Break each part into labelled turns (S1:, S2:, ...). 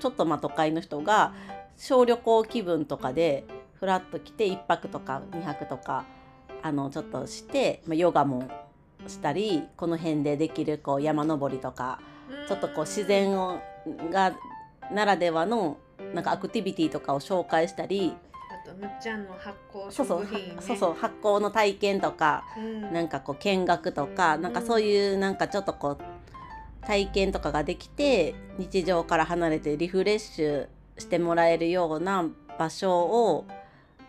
S1: ちょっとまあ都会の人が小旅行気分とかでフラッと来て1泊とか2泊とかあのちょっとして、まあ、ヨガもしたりこの辺でできるこう山登りとかちょっとこう自然をがならではのなんかアクティビティとかを紹介したり
S2: あとむっちゃんの発酵
S1: そうそう
S2: 食品、ね、
S1: そうそう発酵の体験とか
S2: うん、うん、
S1: なんかこう見学とかなんかそういうなんかちょっとこう体験とかができて日常から離れてリフレッシュしてもらえるような場所を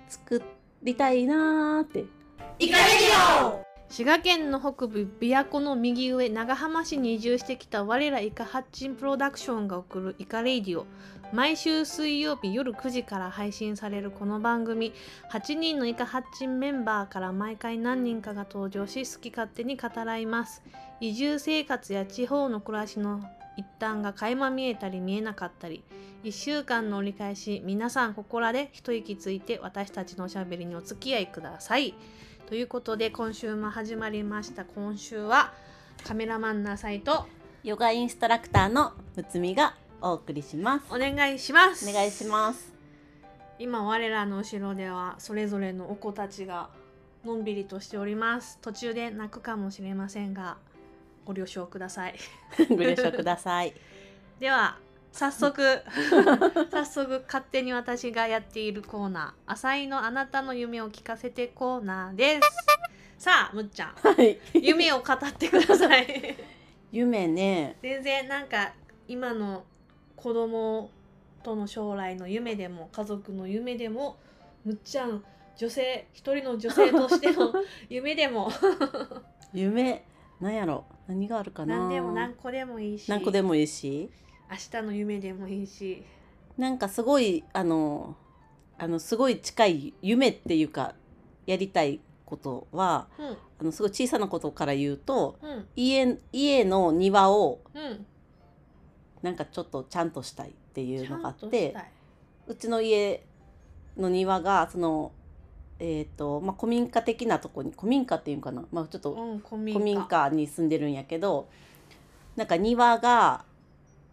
S1: 作りたいなーって
S2: イカレディオ滋賀県の北部琵琶湖の右上長浜市に移住してきた我らイカハッチンプロダクションが送るイカレイディオ毎週水曜日夜9時から配信されるこの番組8人のイカハッチンメンバーから毎回何人かが登場し好き勝手に語らいます移住生活や地方の暮らしの一端が垣間見えたり見えなかったり1週間の折り返し皆さんここらで一息ついて私たちのおしゃべりにお付き合いくださいということで今週も始まりました今週はカメラマンなサイト
S1: ヨガインストラクターのむつみがお送りします
S2: お願いします
S1: お願いし ます
S2: 今我らの後ろではそれぞれのお子たちがのんびりとしております途中で泣くかもしれませんがご了承ください
S1: ご了承ください
S2: では早 速早速勝手に私がやっているコーナー浅井のあなたの夢を聞かせてコーナーですさあむっちゃん
S1: はい
S2: 夢を語ってください
S1: 夢ね
S2: 全然なんか今の子供との将来の夢でも家族の夢でもむっちゃん女性一人の女性としての夢でも
S1: 夢なんやろ何があるかな
S2: 何でも何個でもいいし
S1: 何個でもいいし
S2: 明日の夢でもいいし
S1: なんかすごいあのあのすごい近い夢っていうかやりたいことは
S2: うん
S1: あのすごい小さなことから言うと
S2: うん
S1: 家家の庭を
S2: うん
S1: なんかちょっとちゃんとしたいっていう
S2: ちゃ
S1: のがあ
S2: ん
S1: っ
S2: と
S1: て
S2: したいう
S1: ちの家の庭がそのえっ、とまあ古民家的なとこに古民家っていうんかなまあちょっと
S2: うん古民家
S1: 古民家に住んでるんやけどなんか庭が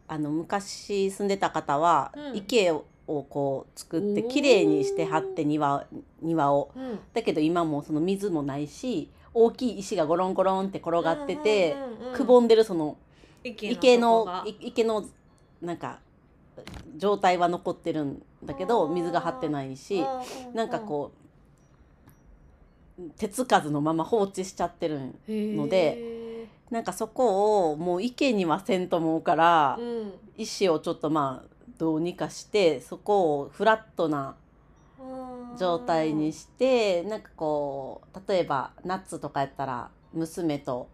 S1: あの昔住んでた方は
S2: うん
S1: 池をこう作って
S2: おー
S1: 綺麗にしてはって庭庭を
S2: うん
S1: だけど今もうその水もないし大きい石がゴロンゴロンって転がってて
S2: うんうんうんうん
S1: くぼんでるその池
S2: とこ
S1: の
S2: が
S1: い池のなんか状態は残ってるんだけど
S2: あー
S1: 水が張ってないし
S2: うう
S1: なんかこう手つかずのまま放置しちゃってるん
S2: うへー
S1: のでなんかそこをもう池にはせんと思うから、
S2: うん
S1: 石をちょっとまあどうにかしてそこをフラットな状態にして、なんかこう例えば夏とかやったら娘と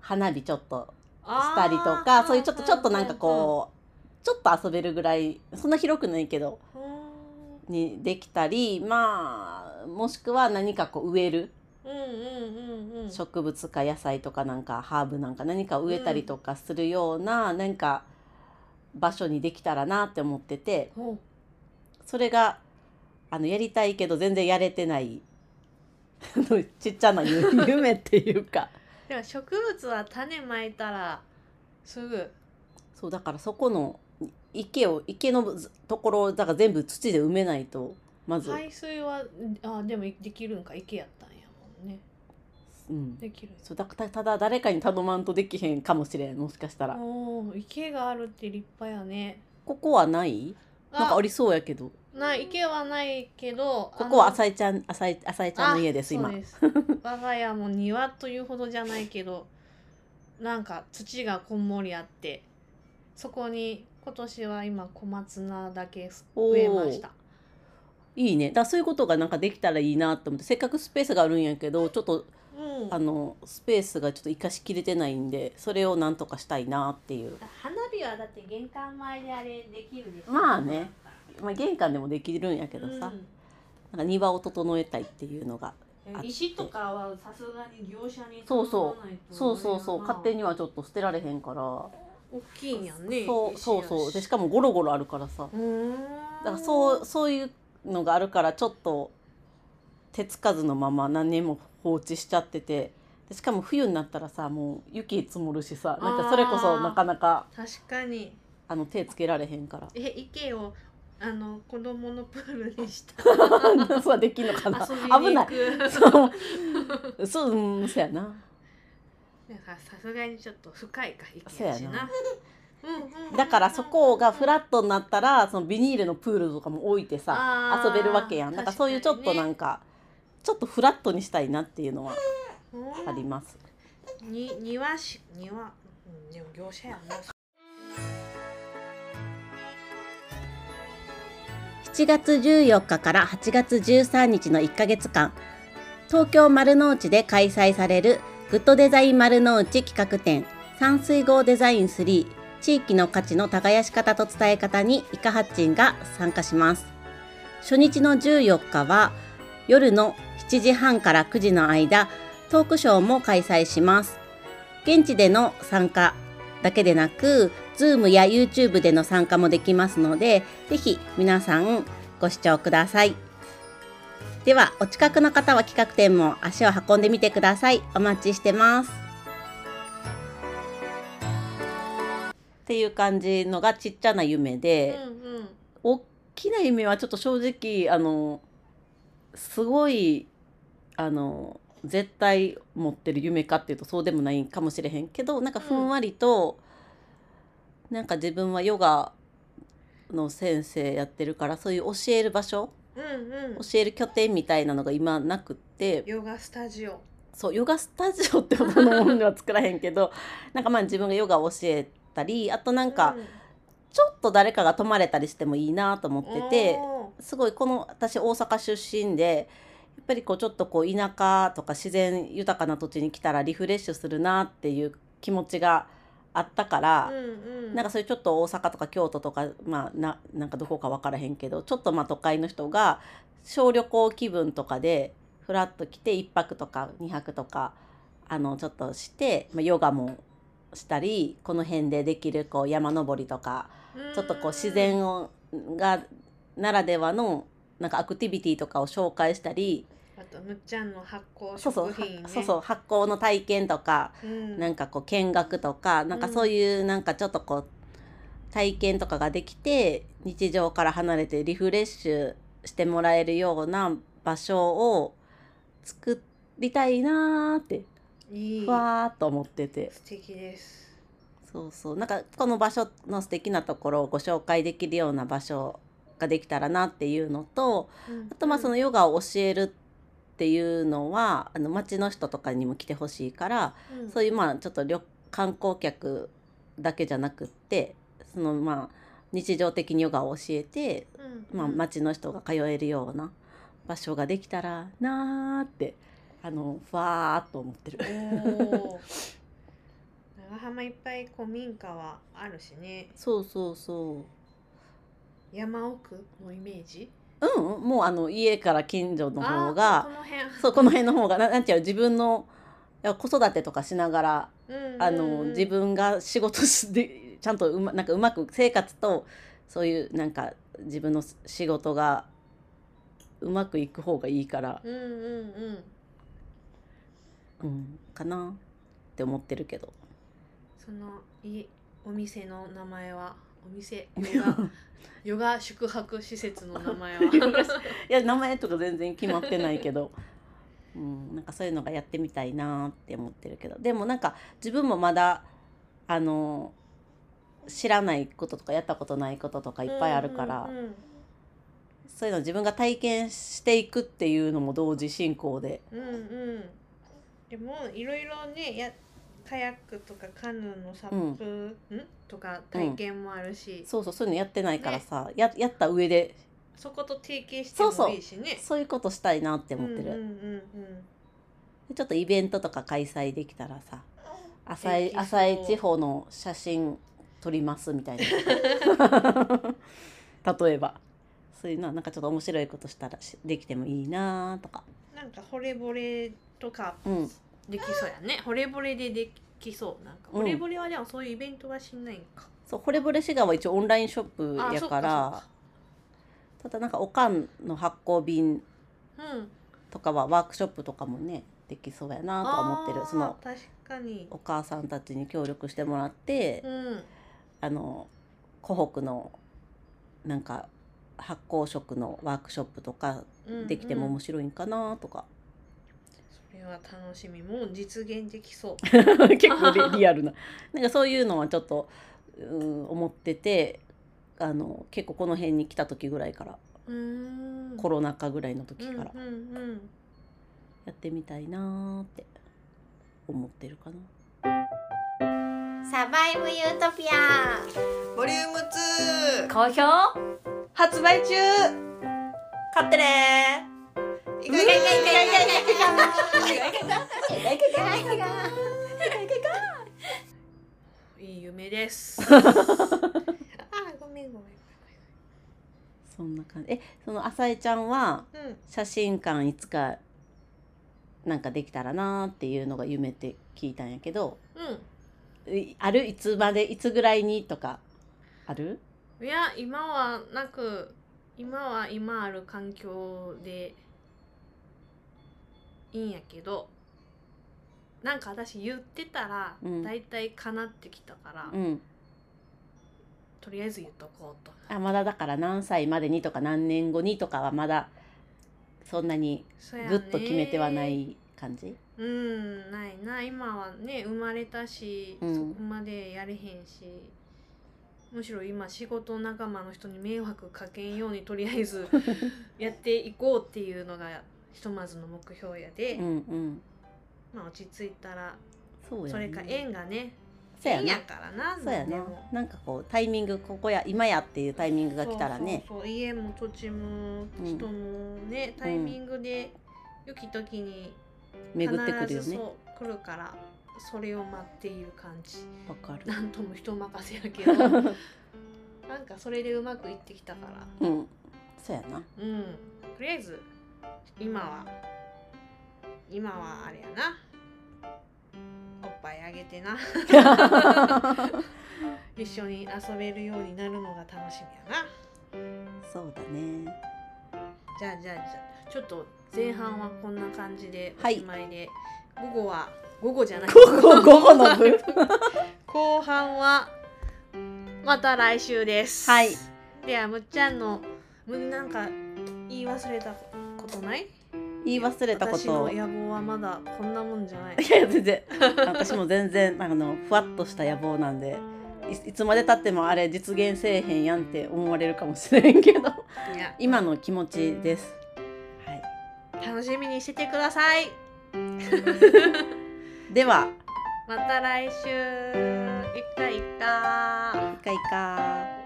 S1: 花火ちょっとしたりとかそういうちょっとちょっとなんかこうちょっと遊べるぐらいそんな広くないけど
S2: うん
S1: にできたりまあもしくは何かこう植える
S2: うんうんうんうん
S1: 植物か野菜とかなんかハーブなんか何か植えたりとかするような、なんか場所にできたらなって思ってて
S2: ほう
S1: それがあのやりたいけど全然やれてない あのちっちゃな夢 夢っていうか
S2: でも植物は種まいたらすぐ
S1: そうだからそこの池を池のずところをだから全部土で埋めないとまず、
S2: 排水はあでもできるんか池やったんやもんね
S1: うん、
S2: できるんや
S1: そうだたただ誰かに頼まんとできへんかもしれんもしかしたら
S2: おー池があるって立派やね
S1: ここはないなんかありそうやけど
S2: ない池はないけど
S1: ここは
S2: 井
S1: 浅井ちゃん浅井浅井ちゃんの家です今。
S2: 我が家も庭というほどじゃないけどなんか土がこんもりあってそこに今年は今小松菜だけ植えました
S1: いいねだからそういうことがなんかできたらいいなと思ってせっかくスペースがあるんやけどちょっと
S2: うん
S1: あのスペースがちょっと生かしきれてないんでそれをなんとかしたいなっていう
S2: 花火はだって玄関前であれできるでしょ
S1: まあねまあ玄関でもできるんやけどさ、なんか庭を整えたいっていうのが
S2: うん
S1: あって
S2: 石とかはさすがに業者に
S1: そうそう
S2: 頼まないと
S1: そうそうそう
S2: あれやな
S1: 勝手にはちょっと捨てられへんから
S2: 大きいんやね
S1: そうそうそうでしかもゴロゴロあるからさ
S2: うーん
S1: だからそうそういうのがあるからちょっと手つかずのまま何年も放置しちゃっててでしかも冬になったらさもう雪積もるしさなんかそれこそなかなか
S2: 確かに
S1: あの手つけられへんから
S2: え池をあの子供のプールにした
S1: そうはできんのかな
S2: 遊びに行く
S1: 危ないそうそううんそうやな
S2: なんかさすがにちょっと深いか池
S1: そうや
S2: や
S1: な
S2: しなうんうん
S1: だからそこがフラットになったらそのビニールのプールとかも置いてさ
S2: あー
S1: 遊べるわけやんだからそういうちょっとなんかちょっとフラットにしたいなっていうのは
S2: 確かにね
S1: あります
S2: に庭し庭うんでも業者やな
S1: 7月14日から8月13日の1ヶ月間東京丸の内で開催されるグッドデザイン丸の内企画展山水号デザイン3地域の価値の耕し方と伝え方にイカハッチンが参加します初日の14日は夜の7時半から9時の間トークショーも開催します現地での参加だけでなく Zoom や YouTube での参加もできますのでぜひ皆さんご視聴ください。ではお近くの方は企画展も足を運んでみてください。お待ちしてます。っていう感じのがちっちゃな夢
S2: うん
S1: で、
S2: うん
S1: 大きな夢はちょっと正直あのすごいあの絶対持ってる夢かっていうとそうでもないかもしれへんけどなんかふんわりと、なんか自分はヨガの先生やってるからそういう教える場所
S2: うんう
S1: 教
S2: ん
S1: える拠点みたいなのが今なくって
S2: ヨガスタジオ
S1: そうヨガスタジオってほどのものでは作らへんけど なんかまあ自分がヨガを教えたりあとなんかちょっと誰かが泊まれたりしてもいいなと思ってて。
S2: お
S1: すごいこの私大阪出身でやっぱりこうちょっとこう田舎とか自然豊かな土地に来たらリフレッシュするなっていう気持ちがあったか
S2: ー
S1: ら
S2: う、んうん
S1: なんかそういうちょっと大阪とか京都とかまあななんかどこか分からへんけどちょっとまあ都会の人が小旅行気分とかでふらっと来て1泊とか2泊とかあのちょっとして、まあ、ヨガもしたりこの辺でできるこう山登りとかちょっとこう自然をがならではのなんかアクティビティとかを紹介したり、
S2: あとむっちゃんの発酵
S1: そうそう
S2: 食品ね
S1: そうそう発酵の体験とか、
S2: うん
S1: なんかこう見学とかなんかそういうなんかちょっとこう体験とかができて日常から離れてリフレッシュしてもらえるような場所を作りたいなーって
S2: いい
S1: ふわーっと思ってて
S2: 素敵です
S1: そうそうなんかこの場所の素敵なところをご紹介できるような場所ができたらなっていうのとあとまあそのヨガを教えるっていうのはあの町の人とかにも来てほしいからそう
S2: い
S1: いうまあちょっと旅観光客だけじゃなくってそのまあ日常的にヨガを教えて、
S2: うん
S1: まあ、町の人が通えるような場所ができたらなーってあのふわーっと思ってる。
S2: おー長浜いっぱい古民家はあるしね
S1: そうそうそう
S2: 山奥のイメージ
S1: うん、もうあの家から近所の方
S2: あーこ
S1: が
S2: の辺
S1: そうこの辺の方がななんちゃう自分のいや子育てとかしながら
S2: うんうん
S1: あの自分が仕事しでちゃんとうまなんかうまく生活とそういうなんか自分の仕事がうまくいく方がいいから、
S2: うんうんうん
S1: うん、かなって思ってるけど
S2: そのいお店の名前はお店ヨガヨガ宿泊施設の名前は
S1: ヨガいや名前とか全然決まってないけど、 うん、なんかそういうのがやってみたいなって思ってるけどでもなんか自分もまだあの知らないこととかやったことないこととかいっぱいあるから、
S2: うんうんうん
S1: そういうの自分が体験していくっていうのも同時進行で。
S2: うんうん。でもいろいろねやカヤックとかカヌーのサップ、んとか体験もあるし、
S1: そうそうそういうのやってないからさ、ややった上で
S2: そこと提携してもいいしね。
S1: そういうことしたいなって思ってる、
S2: うんうんうんうん。
S1: でちょっとイベントとか開催できたらさ浅
S2: で
S1: い
S2: きそう
S1: 浅い地方の写真撮りますみたい な例えばそういうのはなんかちょっと面白いことしたらしできてもいいなとか
S2: なんか惚れ惚れとか
S1: うん
S2: できそうやね。惚れ惚れでできそうなんか
S1: うん
S2: 惚れ惚れはでもそういうイベントはしないんか。
S1: そう惚れ惚れシガーは一応オンラインショップ
S2: あ
S1: や
S2: そっ
S1: から
S2: か
S1: ただなんかおかんの発行便
S2: そっか。うん。
S1: とかはワークショップとかもねできそうやなとは思って
S2: あ
S1: る
S2: ー
S1: その
S2: 確かに
S1: お。母さんたちに協力してもらって、
S2: うん。
S1: あの子湖北のなんか発酵食のワークショップとかできても
S2: うんうん
S1: 面白いんかなと か、
S2: それは楽しみもう実現でき そう
S1: 結構リリアルななんかそういうのはちょっとうん思っててあの結構この辺に来た時ぐらいから
S2: うーん
S1: コロナ禍ぐらいの時から
S2: うんうんうん
S1: やってみたいなーって思ってるかな。
S3: サバイブユートピア
S4: ボリューム2
S3: 好評
S4: 発売中買ってねーい かがいか
S2: いい夢です あごめんご
S1: そんな感じえその浅井ちゃんは
S2: めんうん
S1: 写真館いつかなんかできたらなーっていうのが夢って聞いたんやけどいあるいつまでいつぐらいにとかある
S2: うんいや今はなく今は今ある環境でいいんやけどなんか私言ってたら
S1: うん
S2: 大体かなってきたから、
S1: うん
S2: とりあえず言っとこうと思う
S1: あまだだから何歳までにとか何年後にとかはまだそんなに
S2: そやね
S1: グッと決めてはない感じ
S2: うんないな今はね生まれたし、
S1: うん
S2: そこまでやれへんしむしろ今仕事仲間の人に迷惑かけんようにとりあえず やっていこうっていうのがひとまずの目標やで、
S1: うんうん
S2: まあ落ち着いたら
S1: そうや
S2: それか縁がね
S1: そうや
S2: 縁
S1: な
S2: やからな
S1: そうや
S2: で
S1: な
S2: も
S1: なんかこうタイミングここや今やっていうタイミングが来たらね
S2: そうそうそう家も土地も人もね、タイミングで良き時に
S1: 巡ってくるよ
S2: 必ず
S1: ね
S2: そう来るからそれを待っている感 じ
S1: わかる
S2: なんとも人任せやけ どなんかそれでうまくいってきたから
S1: うんそうやな
S2: うんとりあえず今は今はあれやなおっぱいあげてな一緒に遊べるようになるのが楽しみやな
S1: そうだね
S2: じゃあじゃあじゃあちょっと前半はこんな感じでお
S1: はい
S2: しまいで、午後は午後じゃない
S1: 午後午後の部
S2: 後半はまた来週です
S1: はい
S2: ではむっちゃんのむなんか言い忘れたことない
S1: 言い忘れたこ
S2: 私
S1: と
S2: の
S1: をいや
S2: 野望はまだこんなもんじゃない
S1: いや全 然私も全然あのふわっとした野望なんでいいつまでたってもあれ実現せえへんやんって思われるかもしれんけど
S2: いや
S1: 今の気持ちですはい
S2: 楽しみにしててください
S1: では
S2: また来週いっかいっか
S1: いかいか